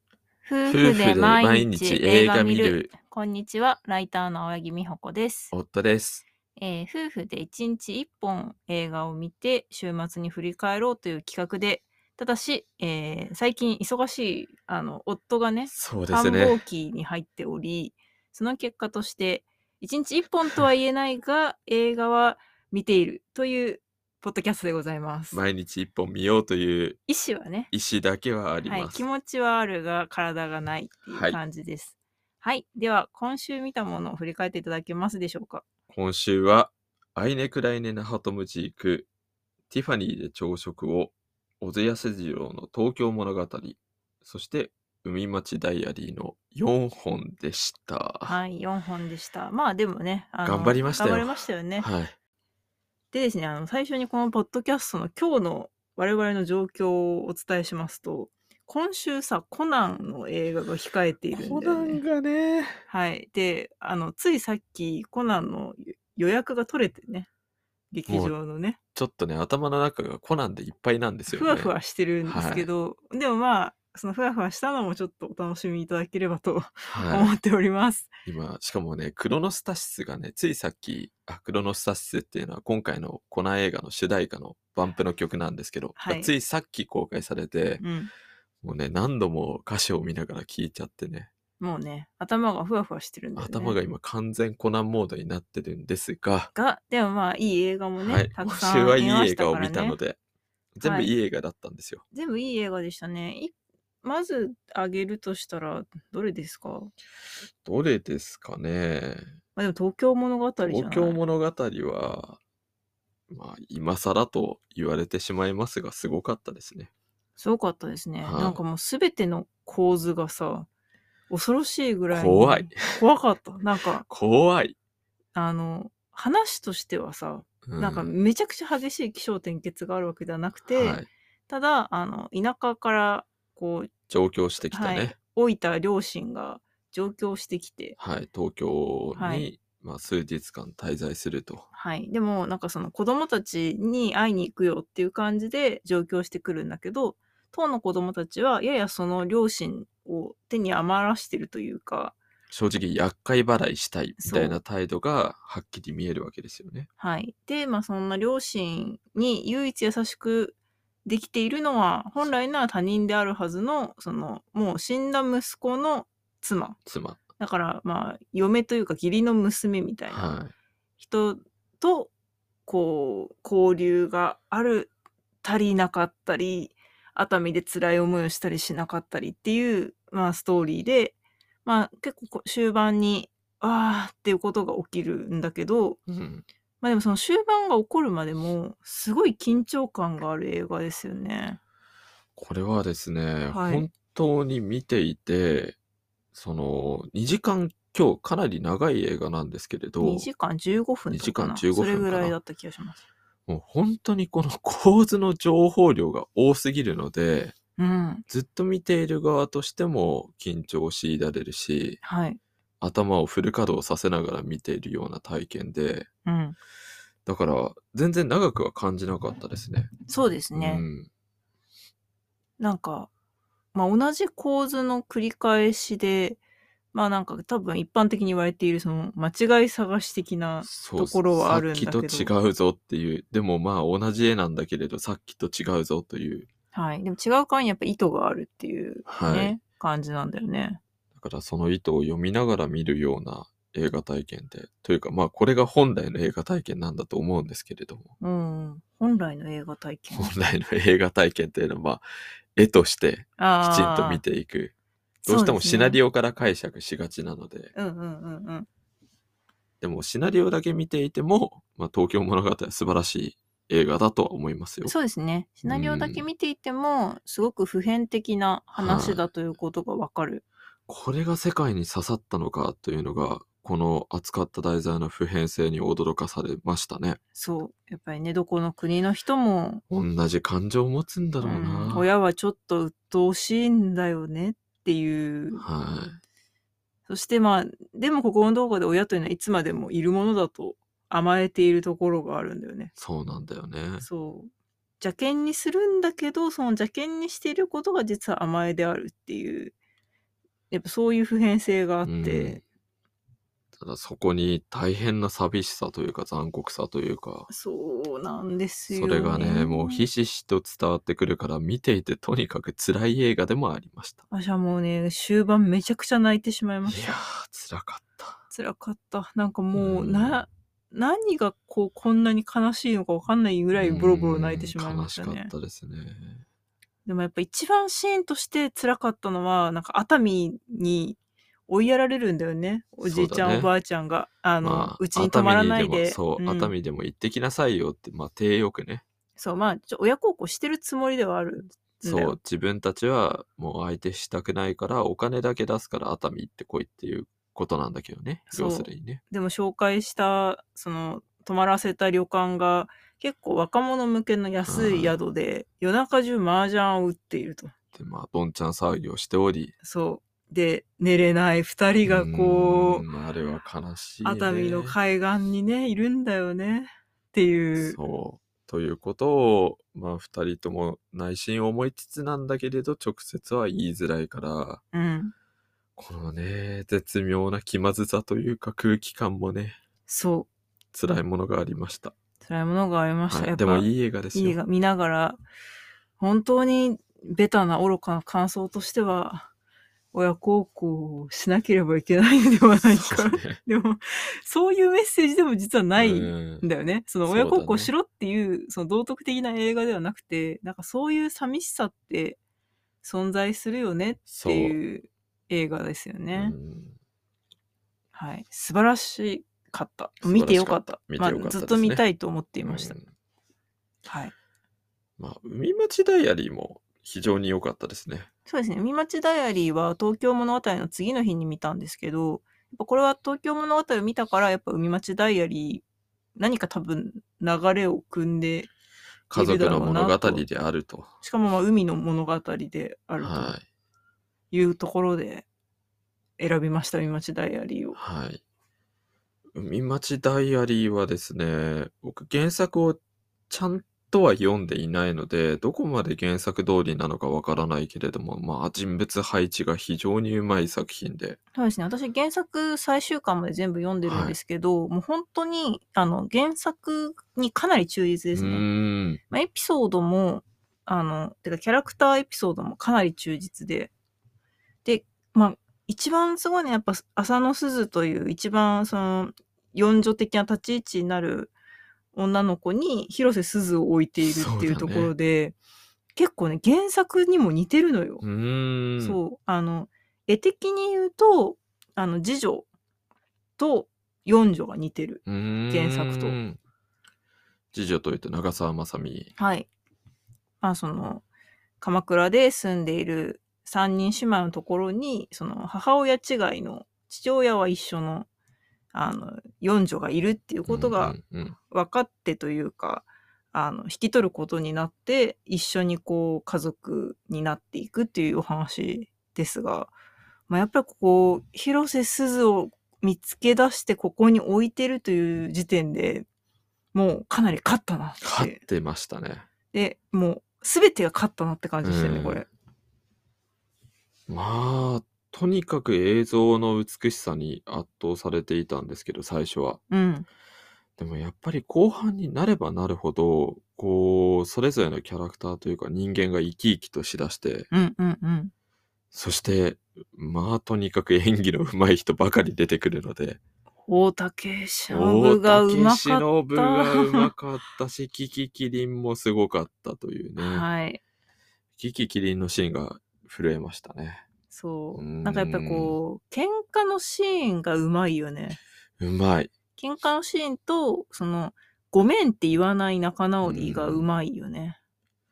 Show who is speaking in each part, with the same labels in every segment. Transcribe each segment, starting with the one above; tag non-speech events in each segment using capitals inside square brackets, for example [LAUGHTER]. Speaker 1: 夫
Speaker 2: 夫
Speaker 1: 婦
Speaker 2: 婦で
Speaker 1: で
Speaker 2: 毎
Speaker 1: 毎
Speaker 2: 日
Speaker 1: 日
Speaker 2: 映
Speaker 1: 映
Speaker 2: 画
Speaker 1: 画
Speaker 2: 見
Speaker 1: 見る。
Speaker 2: る
Speaker 1: こんにちは、ライターの青柳美穂子です、
Speaker 2: 夫です。
Speaker 1: えー夫婦で1日1本映画を見て、週末に振り返ろうという企画で、ただし、えー最近忙しいあの夫がね、
Speaker 2: そうで
Speaker 1: 繁
Speaker 2: す
Speaker 1: 忙
Speaker 2: ね。
Speaker 1: 期に入っており、その結果として、1日1本とは言えないが、映画は見ているというポッドキャストでございます。
Speaker 2: 毎日一本見ようという
Speaker 1: 意思はね、
Speaker 2: 意思だけはあり
Speaker 1: はい、
Speaker 2: ます。
Speaker 1: 気持ちはあるが体がないって
Speaker 2: はいいう
Speaker 1: 感じです。はい、では今週見たものを振り返っていただけますでしょうか。
Speaker 2: 今週は、アイネクライネナハトムジーク、ティファニーで朝食を、小津安二郎の東京物語、そして海町ダイアリーの4本でした。
Speaker 1: はい、四本でした。まあでもね、あの
Speaker 2: 頑張りましたよ
Speaker 1: 頑張りましたよね。
Speaker 2: はい。
Speaker 1: でですね、あの最初にこのポッドキャストの今日の我々の状況をお伝えしますと、今週さコナンの映画が控えているんだよね。
Speaker 2: がね、
Speaker 1: はい。で、あのついさっきコナンの予約が取れてね、劇
Speaker 2: もう
Speaker 1: 場のね。
Speaker 2: ちょっとね、頭の中がコナンでいっぱいなんですよね。
Speaker 1: ふわふわしてるんですけど、でもまあそのふわふわしたのもちょっとお楽しみいただければと
Speaker 2: はい。
Speaker 1: 思っております。
Speaker 2: 今、しかもね、クロノスタシスがね、ついさっき、あクロノスタシスっていうのは今回のコナン映画の主題歌のバンプの曲なんですけど、
Speaker 1: はい
Speaker 2: ついさっき公開されて、
Speaker 1: うん、
Speaker 2: もうね、何度も歌詞を見ながら聴いちゃってね、
Speaker 1: もうね頭がふわふわしてるんだよね。
Speaker 2: 頭が今完全コナンモードになってるんですが、
Speaker 1: がでもまあいい映画もね、
Speaker 2: はい、
Speaker 1: た
Speaker 2: 今
Speaker 1: くさん
Speaker 2: 週はい
Speaker 1: 見ま
Speaker 2: い映
Speaker 1: した
Speaker 2: 画
Speaker 1: か
Speaker 2: を
Speaker 1: ら
Speaker 2: 見たの
Speaker 1: ね。
Speaker 2: で、全部いい映画だったんですよ。
Speaker 1: 全部いい映画でしたね。いまず挙げるとしたらどれですか、ま
Speaker 2: どれですかね
Speaker 1: あ、でも東京物語じゃない
Speaker 2: 東京物語は、まあ、今更と言われてしまいますが、すごかったですね。
Speaker 1: すごかったですね。
Speaker 2: はい
Speaker 1: なんかもうすべての構図がさ恐ろしいぐらいに
Speaker 2: 怖い。
Speaker 1: 怖かった。なんか
Speaker 2: 怖い。
Speaker 1: あの話としてはさ、
Speaker 2: う
Speaker 1: なんかめちゃくちゃ激しい気象転結があるわけではなくて、
Speaker 2: はい、
Speaker 1: ただあの田舎からこう、
Speaker 2: 上京してきた
Speaker 1: はい
Speaker 2: ね。、
Speaker 1: 老いた両親が上京してきて、
Speaker 2: はい、東京に、
Speaker 1: はい
Speaker 2: まあ、数日間滞在すると。
Speaker 1: はい、でもなんかその子供たちに会いに行くよっていう感じで上京してくるんだけど当の子供たちはややその両親を手に余らしてるというか、
Speaker 2: 正直、厄介払いしたいみたい
Speaker 1: そ
Speaker 2: な態度がはっきり見えるわけですよね。
Speaker 1: はい、で、まあ、そんな両親に唯一優しくできているのは本来なら他人であるはずのそのもう死んだ息子の妻
Speaker 2: 妻。
Speaker 1: だからまあ嫁というか義理の娘みたいな
Speaker 2: は
Speaker 1: 人とこう交流があるたりなかったり熱海で辛い思いをしたりしなかったりっていう、まあ、ストーリーで、まあ、結構こう終盤にあーっていうことが起きるんだけど、
Speaker 2: い。うん。
Speaker 1: まあでもその終盤が起こるまでもすごい緊張感がある映画ですよね。
Speaker 2: これはですね、
Speaker 1: はい
Speaker 2: 本当に見ていて、その、2時間今日かなり長い映画なんですけれど、
Speaker 1: 2時間15分とかな
Speaker 2: 2時間15分
Speaker 1: それぐ
Speaker 2: から
Speaker 1: いだ
Speaker 2: な
Speaker 1: った気がします。
Speaker 2: もう本当にこの [LAUGHS] 構図の情報量が多すぎるので、
Speaker 1: うん。
Speaker 2: ずっと見ている側としても緊張を強いられるし、
Speaker 1: はい。
Speaker 2: 頭をフル稼働させながら見ているような体験で、
Speaker 1: うん。
Speaker 2: だから全然長くは感じなかったですね。
Speaker 1: そうですね。
Speaker 2: うん、
Speaker 1: なんか、まあ、同じ構図の繰り返しで、まあなんか多分一般的に言われているその間違い探し的な、
Speaker 2: そ
Speaker 1: と
Speaker 2: う
Speaker 1: ころはあるんだけど
Speaker 2: さっきと違うぞっていう、でもまあ同じ絵なんだけれどさっきと違うぞという。
Speaker 1: はい。でも違う間にやっぱ意図があるっていう
Speaker 2: はい。
Speaker 1: ね、感じなんだよね。
Speaker 2: だからその意図を読みながら見るような映画体験で、というかまあこれが本来の映画体験なんだと思うんですけれ
Speaker 1: [LAUGHS]
Speaker 2: ども。
Speaker 1: うん。本来の映画体験。
Speaker 2: 本来の映画体験っていうのは、まあ、絵としてき
Speaker 1: あ
Speaker 2: ちんと見
Speaker 1: て。
Speaker 2: ていく。どうしてもシナリ
Speaker 1: オ。
Speaker 2: オから解釈しがちなので、で
Speaker 1: うんうんうんうん。
Speaker 2: もシナリオだけ見ていても、まあ、東京物語は素晴らしい映画だとは思いますよ。
Speaker 1: そうですね。シナリオだけ
Speaker 2: うん
Speaker 1: 見ていても、すごく普遍的な話だということがわかる。
Speaker 2: これが世界に刺さったのかというのが、この扱った題材の普遍性に驚かされましたね。
Speaker 1: そう。やっぱりね、どこの国の人も、
Speaker 2: 同じ感情を持つんだろう
Speaker 1: うん
Speaker 2: な。
Speaker 1: 親はちょっと鬱陶しいんだよねっていう。
Speaker 2: はい。
Speaker 1: そしてまあ、でもここの動画で親というのはいつまでもいるものだと甘えているところがあるんだよね。
Speaker 2: そうなんだよね。
Speaker 1: そう。邪険にするんだけど、その邪険にしていることが実は甘えであるっていうやっぱそういう普遍性があって、
Speaker 2: うんただそこに大変な寂しさというか残酷さというか、
Speaker 1: そうなんですよ、
Speaker 2: それがね、もうひしひしと伝わってくるから、見ていてとにかく辛い映画でもありました。
Speaker 1: 私はもうね、終盤めちゃくちゃ泣いてしまいま
Speaker 2: い
Speaker 1: し
Speaker 2: や
Speaker 1: た。
Speaker 2: ー、辛かった。
Speaker 1: 辛かった。なんかもう、
Speaker 2: うん
Speaker 1: な、何がこう、こんなに悲しいのかわかんないぐらいボロボロ泣いてしまいました
Speaker 2: うん悲
Speaker 1: ね
Speaker 2: しか。ったですね。
Speaker 1: でもやっぱ一番シーンとして辛かったのは、なんか熱海に追いやられるんだよね。おじいちゃん、
Speaker 2: そうだね
Speaker 1: おばあちゃんが。あの、
Speaker 2: まあ
Speaker 1: うちに泊まらないで。
Speaker 2: 熱海にもそう、
Speaker 1: ん
Speaker 2: 熱海でも行ってきなさいよって、まあ、低欲ね。
Speaker 1: そう、まあ、ちょ親孝行してるつもりではある。ん
Speaker 2: そ
Speaker 1: だよ
Speaker 2: う、自分たちはもう相手したくないから、お金だけ出すから熱海行ってこいっていうことなんだけどね。
Speaker 1: そう
Speaker 2: 要するにね。
Speaker 1: でも紹介した、その、泊まらせた旅館が、結構若者向けの安い宿で、夜中中麻雀を打っていると。
Speaker 2: で、まあ、どんちゃん騒ぎをしており、
Speaker 1: そう。で、寝れない二人がこ
Speaker 2: う
Speaker 1: う、
Speaker 2: ーんあれは悲しい、ね。
Speaker 1: 熱海の海岸にね、いるんだよね。っていう。
Speaker 2: そう。ということを、まあ、二人とも内心思いつつなんだけれど、直接は言いづらいから、
Speaker 1: うん。
Speaker 2: このね、絶妙な気まずさというか空気感もね、
Speaker 1: そ
Speaker 2: 辛いものがありました。
Speaker 1: う。辛いものがありました。
Speaker 2: は
Speaker 1: やっぱ
Speaker 2: い、でもいい映画ですよ。
Speaker 1: いいが見ながら、本当にベタな愚かな感想としては、親孝行をしなければいけないのではない
Speaker 2: そう
Speaker 1: か。
Speaker 2: ね
Speaker 1: でも、そういうメッセージでも実はないん
Speaker 2: うん
Speaker 1: だよね。その
Speaker 2: そうだ
Speaker 1: 親
Speaker 2: ね
Speaker 1: 孝行しろっていう、その道徳的な映画ではなくて、なんかそういう寂しさって存在するよねっ
Speaker 2: そう
Speaker 1: ていう映画ですよね。
Speaker 2: うん
Speaker 1: はい。素晴らしかった。
Speaker 2: 素晴
Speaker 1: 見
Speaker 2: らしかった
Speaker 1: てよかった。
Speaker 2: 見てよかった
Speaker 1: ま
Speaker 2: で
Speaker 1: あ、
Speaker 2: すね
Speaker 1: ずっと見たいと思っていました。
Speaker 2: うん
Speaker 1: はい。
Speaker 2: まあ、海町ダイアリーも非常に良かったですね。
Speaker 1: そうですね。海町ダイアリーは東京物語の次の日に見たんですけど、やっぱこれは東京物語を見たから、やっぱ海町ダイアリー、何か多分流れを組んで、
Speaker 2: 家族の物語であると。
Speaker 1: しかもまあ海の物語である
Speaker 2: は
Speaker 1: と
Speaker 2: い。
Speaker 1: いうところで選びました、海町ダイアリーを。
Speaker 2: はい。海町ダイアリーはですね、僕原作をちゃんとは読んでいないので、どこまで原作通りなのかわからないけれども、まあ人物配置が非常にうまい作品で、
Speaker 1: そうですね。私原作最終巻まで全部読んでるんですけど、もう本当に、あの、原作にかなり忠実
Speaker 2: う
Speaker 1: ですね。
Speaker 2: ーん、
Speaker 1: まあ、エピソードも、あの、てかキャラクターエピソードもかなり忠実で、で、まあ、一番すごいね、やっぱ浅野鈴という一番その、四女的な立ち位置になる女の子に広瀬すずを置いているっていう
Speaker 2: そ
Speaker 1: と
Speaker 2: うだね
Speaker 1: ころで、結構ね、原作にも似てるのよ。
Speaker 2: うーん、
Speaker 1: そう、あの、絵的に言うと、あの、次女と四女が似てる。
Speaker 2: うーん
Speaker 1: 原作と。
Speaker 2: 次女というと長澤まさみ。
Speaker 1: はい。まあその、鎌倉で住んでいる三人姉妹のところに、その母親違いの父親は一緒の、あの、四女がいるっていうことが
Speaker 2: うんうんうん
Speaker 1: 分かってというか、あの、引き取ることになって、一緒にこう、家族になっていくっていうお話ですが、まあやっぱりここ、広瀬すずを見つけ出してここに置いてるという時点で、もうかなり勝ったなって。
Speaker 2: 勝ってましたね。
Speaker 1: で、もう、すべてが勝ったなって感じでしたよね、
Speaker 2: うん
Speaker 1: これ。
Speaker 2: まあ、とにかく映像の美しさに圧倒されていたんですけど、最初は。
Speaker 1: うん。
Speaker 2: でもやっぱり後半になればなるほど、こう、それぞれのキャラクターというか人間が生き生きとしだして、
Speaker 1: うんうんうん。
Speaker 2: そして、まあとにかく演技の上手い人ばかり出てくるので、
Speaker 1: 大竹しのぶがうまかっ
Speaker 2: 大竹しのぶがうまかったし、キキキリンもすごかったという
Speaker 1: た。
Speaker 2: ね。
Speaker 1: はい。
Speaker 2: キキキリンのシーンが震えましたね。
Speaker 1: そう。
Speaker 2: うん
Speaker 1: なんかやっぱこう、喧嘩のシーンがうまいよね。
Speaker 2: うまい。
Speaker 1: 喧嘩のシーンと、その、ごめんって言わない仲直りがうまいよね。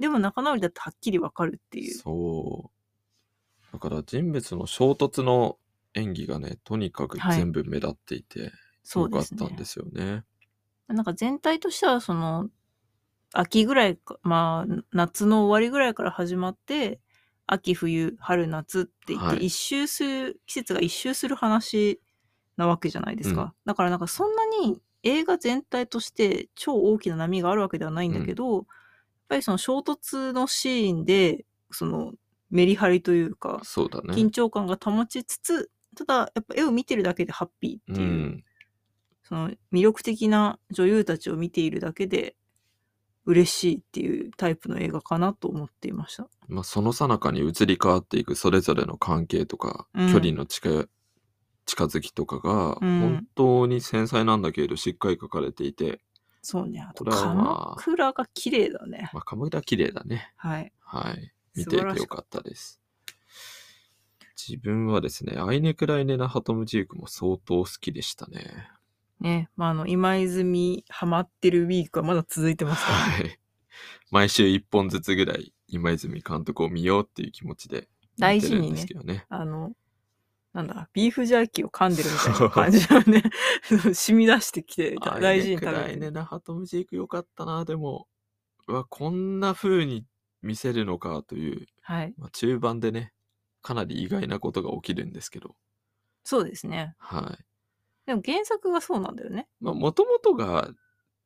Speaker 1: でも仲直りだってはっきりわかるっていう。
Speaker 2: そう。だから人物の衝突の演技がね、とにかく
Speaker 1: はい
Speaker 2: 全部目立っていて、
Speaker 1: そ
Speaker 2: 良
Speaker 1: うで
Speaker 2: かっ
Speaker 1: すね。
Speaker 2: たんですよね。
Speaker 1: なんか全体としては、その、秋ぐらいか、まあ、夏の終わりぐらいから始まって、秋、冬、春、夏って言って、
Speaker 2: はい
Speaker 1: 一周する、季節が一周する話なわけじゃないですか。
Speaker 2: うん
Speaker 1: だからなんかそんなに映画全体として超大きな波があるわけではないんだけど、やっぱりその衝突のシーンで、その、メリハリというか、
Speaker 2: そうだね。
Speaker 1: 緊張感が保ちつつ、ただやっぱ絵を見てるだけでハッピーって
Speaker 2: う
Speaker 1: いう、
Speaker 2: ん。
Speaker 1: その魅力的な女優たちを見ているだけで嬉しいっていうタイプの映画かなと思っていました。
Speaker 2: まあ、その最中に移り変わっていくそれぞれの関係とか、
Speaker 1: うん
Speaker 2: 距離の近い近づきとかが、
Speaker 1: うん
Speaker 2: 本当に繊細なんだけれど、しっかり書かれていて、
Speaker 1: そうね。あと
Speaker 2: これはま
Speaker 1: 鎌
Speaker 2: あ
Speaker 1: 倉が綺麗だね。
Speaker 2: まあ、鎌倉綺麗だね。
Speaker 1: はい。
Speaker 2: はい。見
Speaker 1: 素
Speaker 2: てい
Speaker 1: 晴
Speaker 2: て
Speaker 1: らし
Speaker 2: よかったです。自分はですね、アイネクライネナハトムジークも相当好きでしたね。
Speaker 1: ね。まあ、あの、今泉ハマってるウィークはまだ続いてますから、ね。
Speaker 2: はい。毎週一本ずつぐらい、今泉監督を見ようっていう気持ちで
Speaker 1: 大
Speaker 2: 見て
Speaker 1: 事
Speaker 2: るん
Speaker 1: に
Speaker 2: で
Speaker 1: ね
Speaker 2: すけ、ど [LAUGHS] ね。
Speaker 1: あの、なんだ、ビーフジャーキーを噛んでるみたいな感じが
Speaker 2: [LAUGHS]
Speaker 1: ね、 [LAUGHS] 染み出してきて、
Speaker 2: アイ
Speaker 1: 大事に
Speaker 2: ネク
Speaker 1: 食べ
Speaker 2: ラ
Speaker 1: て
Speaker 2: イ
Speaker 1: る
Speaker 2: ネナハトムジークよかったな、でも、うわ、こんな風に見せるのかという、
Speaker 1: はい。
Speaker 2: まあ、中盤でね、かなり意外なことが起きるんですけど、
Speaker 1: そうですね。
Speaker 2: はい。
Speaker 1: でも原作がそうなんだよね。
Speaker 2: まあ、もともとが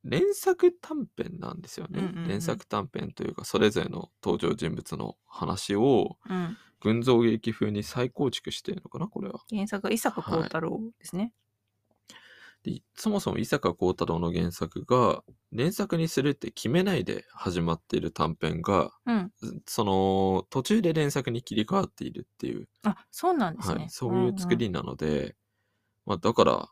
Speaker 2: 連作短編なんですよね、
Speaker 1: うんうんうん
Speaker 2: 連作短編というか、それぞれの登場人物の話を
Speaker 1: うん。
Speaker 2: 群像劇風に再構築してるのかな、これは。
Speaker 1: 原作が伊坂幸太郎ですね。
Speaker 2: でそもそも伊坂幸太郎の原作が、連作にするって決めないで始まっている短編が、
Speaker 1: うん。
Speaker 2: その途中で連作に切り替わっているっていう、
Speaker 1: あ、そうなんですね。
Speaker 2: はい、そういう作りなので、まあ、だから、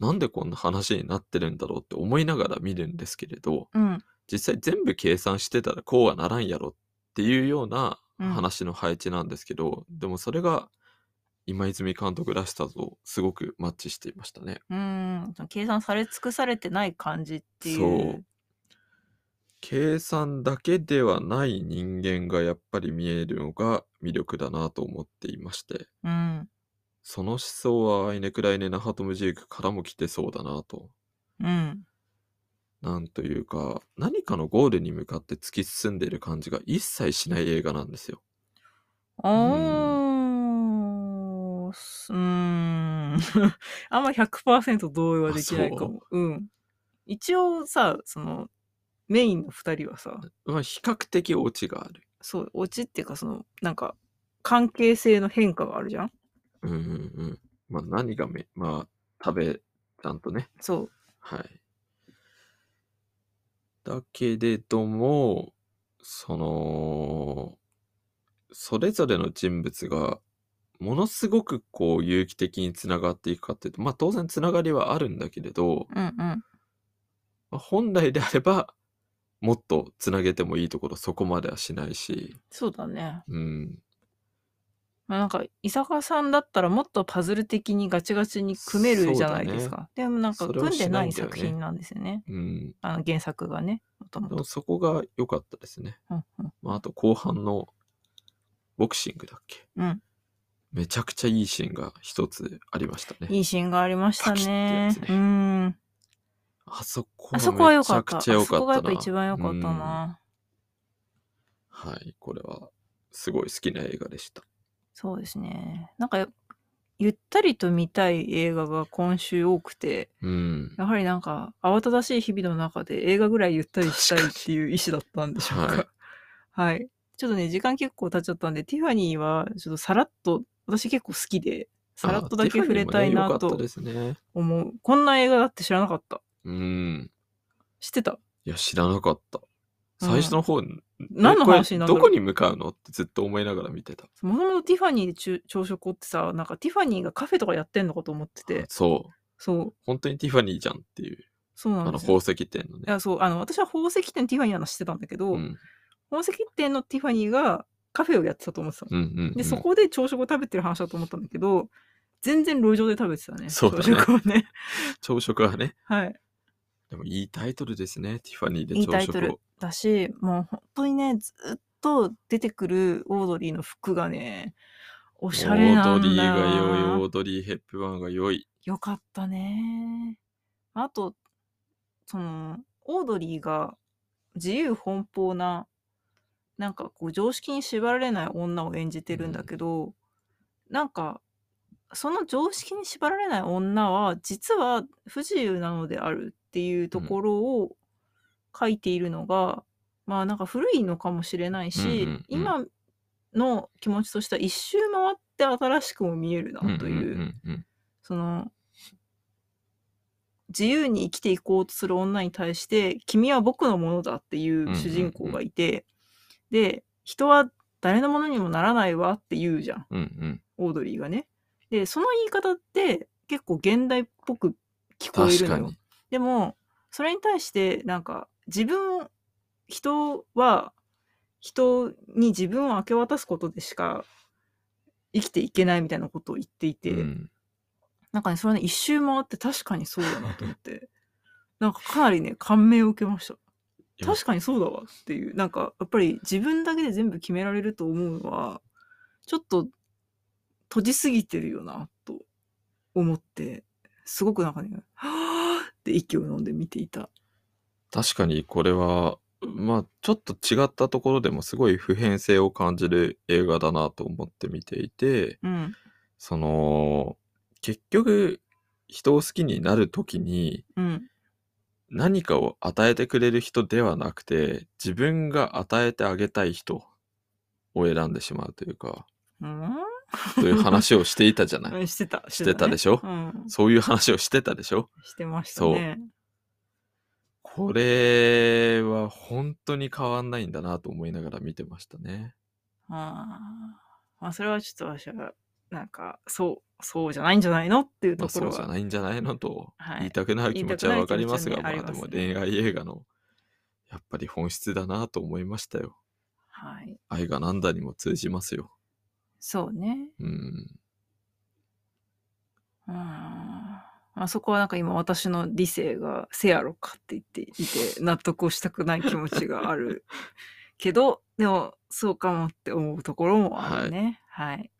Speaker 2: なんでこんな話になってるんだろうって思いながら見るんですけれど、
Speaker 1: うん。うん。
Speaker 2: 実際全部計算してたらこうはならんやろっていうような
Speaker 1: うん
Speaker 2: 話の配置なんですけど、でもそれが今泉監督らしさとすごくマッチしていましたね。
Speaker 1: うん。うん計算され尽くされてない感じっていう。
Speaker 2: そう計算だけではない人間がやっぱり見えるのが魅力だなと思っていまして、
Speaker 1: うん。
Speaker 2: その思想はアイネクライネナハトムジークからも来てそうだなと。
Speaker 1: うん。
Speaker 2: なんというか、何かのゴールに向かって突き進んでいる感じが一切しない映画なんですよ。
Speaker 1: おーすうーん。 [LAUGHS] あんま100%同意はできないかも。うん。一応さ、その、メインの二人はさ、
Speaker 2: まあ、比較的オチがある。
Speaker 1: そう、オチっていうか、その、なんか、関係性の変化があるじゃん
Speaker 2: うんうんうん。まあ何がめ、まあ食べ、ちゃんとね。
Speaker 1: そう。
Speaker 2: はい。だけれども、その、それぞれの人物が、ものすごくこう有機的につながっていくかっていうと、まあ当然つながりはあるんだけれど、
Speaker 1: うんうん。
Speaker 2: まあ本来であれば、もっとつなげてもいいところそこまではしないし、
Speaker 1: そうだね。
Speaker 2: うん。
Speaker 1: まあ、なんか、伊坂さんだったらもっとパズル的にガチガチに組めるじゃないですか。でもなんか、
Speaker 2: それを
Speaker 1: 組んでない
Speaker 2: しないんだよね
Speaker 1: 作品なんですよね。
Speaker 2: うん。
Speaker 1: あの、原作がね、もとも
Speaker 2: でも
Speaker 1: と。
Speaker 2: そこが良かったですね。
Speaker 1: うんうん
Speaker 2: まあ、あと後半のボクシングだっけ
Speaker 1: うん
Speaker 2: めちゃくちゃいいシーンが一つありましたね。
Speaker 1: いいシーンがありました
Speaker 2: パキッてや
Speaker 1: ね
Speaker 2: つ。ね
Speaker 1: うん。
Speaker 2: あそこ
Speaker 1: あそこは
Speaker 2: め
Speaker 1: 良
Speaker 2: ち
Speaker 1: か
Speaker 2: ゃ
Speaker 1: った。
Speaker 2: く
Speaker 1: あ
Speaker 2: ちゃ良
Speaker 1: そ
Speaker 2: かっ
Speaker 1: こ
Speaker 2: たな。
Speaker 1: がやっぱ一番良かった
Speaker 2: うん。
Speaker 1: な。
Speaker 2: はい、これはすごい好きな映画でした。
Speaker 1: そうですね。なんか、ゆったりと見たい映画が今週多くて、
Speaker 2: うん。
Speaker 1: やはりなんか、慌ただしい日々の中で映画ぐらいゆったりしたいっていう意思だったんでしょうか。
Speaker 2: はい
Speaker 1: はい、ちょっとね、時間結構経っちゃったんで、ティファニーはちょっとさらっと、私結構好きで、さらっとだけ触れたいな
Speaker 2: あティファニーもね良かっ
Speaker 1: と
Speaker 2: たですね。
Speaker 1: 思う。こんな映画だって知らなかった。
Speaker 2: うん。
Speaker 1: 知ってた
Speaker 2: いや、知らなかった。最初の方、
Speaker 1: 何の
Speaker 2: これ
Speaker 1: 話になるんだ
Speaker 2: ど
Speaker 1: ろう
Speaker 2: こに向かうのってずっと思いながら見てた。
Speaker 1: もともとティファニーで昼朝食をってさ、なんかティファニーがカフェとかやってんのかと思ってて、
Speaker 2: そう。
Speaker 1: そう、
Speaker 2: 本当にティファニーじゃんっていう、
Speaker 1: そう
Speaker 2: あ
Speaker 1: なん
Speaker 2: の
Speaker 1: です
Speaker 2: 宝
Speaker 1: よ。
Speaker 2: 石店の
Speaker 1: い
Speaker 2: ね。
Speaker 1: や、そう、あの、私は宝石店ティファニーなの知ってたんだけど、
Speaker 2: うん。うん
Speaker 1: 宝石店のティファニーがカフェをやってたと思ってたの。
Speaker 2: うんうん。
Speaker 1: で、そこで朝食を食べてる話だと思ったんだけど、全然路上で食べてたね。
Speaker 2: そうだね
Speaker 1: 朝食をね。 [LAUGHS]
Speaker 2: 朝食はね、
Speaker 1: はい。
Speaker 2: でもいいタイトルですね。ティファニーで
Speaker 1: いいタ
Speaker 2: 朝
Speaker 1: イト
Speaker 2: 食
Speaker 1: ル
Speaker 2: を。
Speaker 1: だし、もう本当にね、ずっと出てくるオードリーの服がね、おしゃれな
Speaker 2: オー
Speaker 1: んだ
Speaker 2: ド
Speaker 1: よ。
Speaker 2: リーが良い、オードリー・ヘップバーンが良い。
Speaker 1: よかったね。あと、その、オードリーが自由奔放な、なんかこう常識に縛られない女を演じてるんだけど、なんか、その常識に縛られない女は、実は不自由なのであるっていうところを書いているのが、まあなんか古いのかもしれないし、
Speaker 2: うんうんうん
Speaker 1: 今の気持ちとしては一周回って新しくも見えるなという,、
Speaker 2: んうんうん
Speaker 1: その自由に生きていこうとする女に対して「君は僕のものだ」っていう主人公がいて、で人は誰のものにもならないわって言うじゃん
Speaker 2: うんうん
Speaker 1: オードリーがね。でその言い方って結構現代っぽく聞こえ
Speaker 2: 確
Speaker 1: るの
Speaker 2: か
Speaker 1: よ
Speaker 2: に。
Speaker 1: でもそれに対してなんか自分人は人に自分を明け渡すことでしか生きていけないみたいなことを言っていて、
Speaker 2: うん
Speaker 1: なんかねそれね一周回って確かにそうだなと思って [LAUGHS] なんかかなりね感銘を受けました
Speaker 2: や
Speaker 1: 確かにそうだわっていうなんかやっぱり自分だけで全部決められると思うのはちょっと閉じすぎてるよなと思ってすごくなんかね「はぁ!」って息を飲んで見ていた
Speaker 2: 確かにこれはまあちょっと違ったところでもすごい普遍性を感じる映画だなと思って見ていて
Speaker 1: うん
Speaker 2: その結局人を好きになる時に
Speaker 1: うん
Speaker 2: 何かを与えてくれる人ではなくて自分が与えてあげたい人を選んでしまうというか
Speaker 1: うん
Speaker 2: という話をしていたじゃない
Speaker 1: うんしてた
Speaker 2: してたで
Speaker 1: し
Speaker 2: しょ
Speaker 1: ょ、うん、
Speaker 2: そういう話をしてたでしょ
Speaker 1: してましたね
Speaker 2: これは本当に変わんないんだなと思いながら見てましたね。
Speaker 1: あーまあそれはちょっと私はなんかそうそうじゃないんじゃないのっていう
Speaker 2: ま
Speaker 1: と
Speaker 2: あ、
Speaker 1: こ
Speaker 2: そ
Speaker 1: ろ
Speaker 2: うじゃ
Speaker 1: は、
Speaker 2: ないんじゃないのと
Speaker 1: はい
Speaker 2: 言いたくなる気持ちはわかりますが、
Speaker 1: 言いたくなる気
Speaker 2: まあ
Speaker 1: 持ち
Speaker 2: で
Speaker 1: はね
Speaker 2: も
Speaker 1: ありますね
Speaker 2: 恋愛映画のやっぱり本質だなと思いましたよ。
Speaker 1: はい、
Speaker 2: 愛が何だにも通じますよ。
Speaker 1: そうね
Speaker 2: うん。
Speaker 1: うんまあそこはなんか今私の理性が「せやろか」って言っていて納得をしたくない気持ちがあ
Speaker 2: [LAUGHS]
Speaker 1: るけどでもそうかもって思うところもあるねはい、い、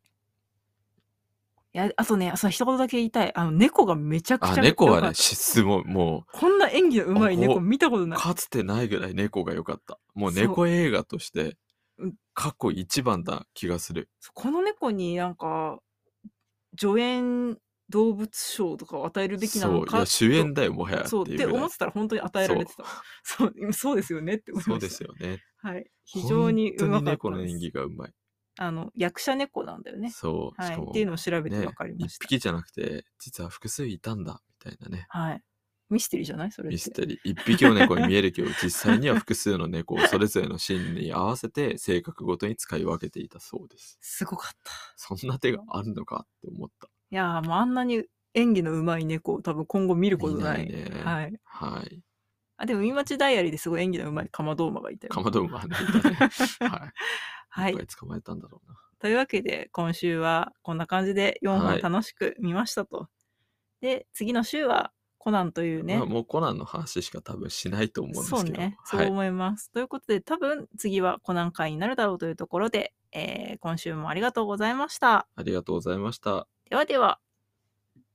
Speaker 1: やあとねあそう一言だけ言いたいあの猫がめちゃくちゃ
Speaker 2: あ、猫は
Speaker 1: 良かった
Speaker 2: ね、質問、も
Speaker 1: こんな演技のうまい
Speaker 2: あこ
Speaker 1: 猫
Speaker 2: う
Speaker 1: 見たこと
Speaker 2: う、
Speaker 1: ない
Speaker 2: かつてないぐらい猫が良かった。もう
Speaker 1: そう
Speaker 2: 猫映画として
Speaker 1: うん、
Speaker 2: 過去一番だ気がする。
Speaker 1: この猫になんか助演動物賞とかを与えるべきな
Speaker 2: そう
Speaker 1: の、
Speaker 2: い
Speaker 1: か
Speaker 2: や、主演だよ、もはや。
Speaker 1: そうって
Speaker 2: いうぐら
Speaker 1: 思
Speaker 2: い
Speaker 1: ってたら本当に与えられてたそう今 [LAUGHS] そうですよねって思いました
Speaker 2: そうですよね。
Speaker 1: はい非常にうまかっ
Speaker 2: 本当に
Speaker 1: た
Speaker 2: 猫の
Speaker 1: で
Speaker 2: 演
Speaker 1: す
Speaker 2: 技がうまい。
Speaker 1: あの役者猫なんだよね
Speaker 2: そう。
Speaker 1: は
Speaker 2: し
Speaker 1: い
Speaker 2: かも
Speaker 1: っていうのを調べて
Speaker 2: ね
Speaker 1: 分かり、ま
Speaker 2: 一
Speaker 1: した、
Speaker 2: 匹じゃなくて、実は複数いたんだ、みたいなね。
Speaker 1: はいミステリーじゃないそれって
Speaker 2: ミステリー。一匹の猫に見えるけど、実際には複数の猫をそれぞれのシーンに合わせて性格ごとに使い分けていたそうです。
Speaker 1: すごかった
Speaker 2: そんな手があるのかって思った。
Speaker 1: いやーもうあんなに演技のうまい猫を多分今後見ることない
Speaker 2: 見ないね
Speaker 1: はい、 [LAUGHS]
Speaker 2: はい。
Speaker 1: あでも「海町ダイアリー」ですごい演技のうまいカマドーマがいたよ
Speaker 2: かまど馬ね。いたね
Speaker 1: [LAUGHS]
Speaker 2: はい。
Speaker 1: はいい
Speaker 2: っぱい捕まえたんだろうな。
Speaker 1: というわけで今週はこんな感じで4
Speaker 2: は
Speaker 1: 本
Speaker 2: い
Speaker 1: 楽しく見ましたと、で次の週はコナンというね、
Speaker 2: まあ、もうコナンの話しか多分しないと思うんですけ
Speaker 1: そ
Speaker 2: ど。
Speaker 1: うね、そ
Speaker 2: は
Speaker 1: う
Speaker 2: い。
Speaker 1: 思います。ということで、多分次はコナン会になるだろうというところで、えー今週もありがとうございました。
Speaker 2: ありがとうございました。
Speaker 1: ではでは。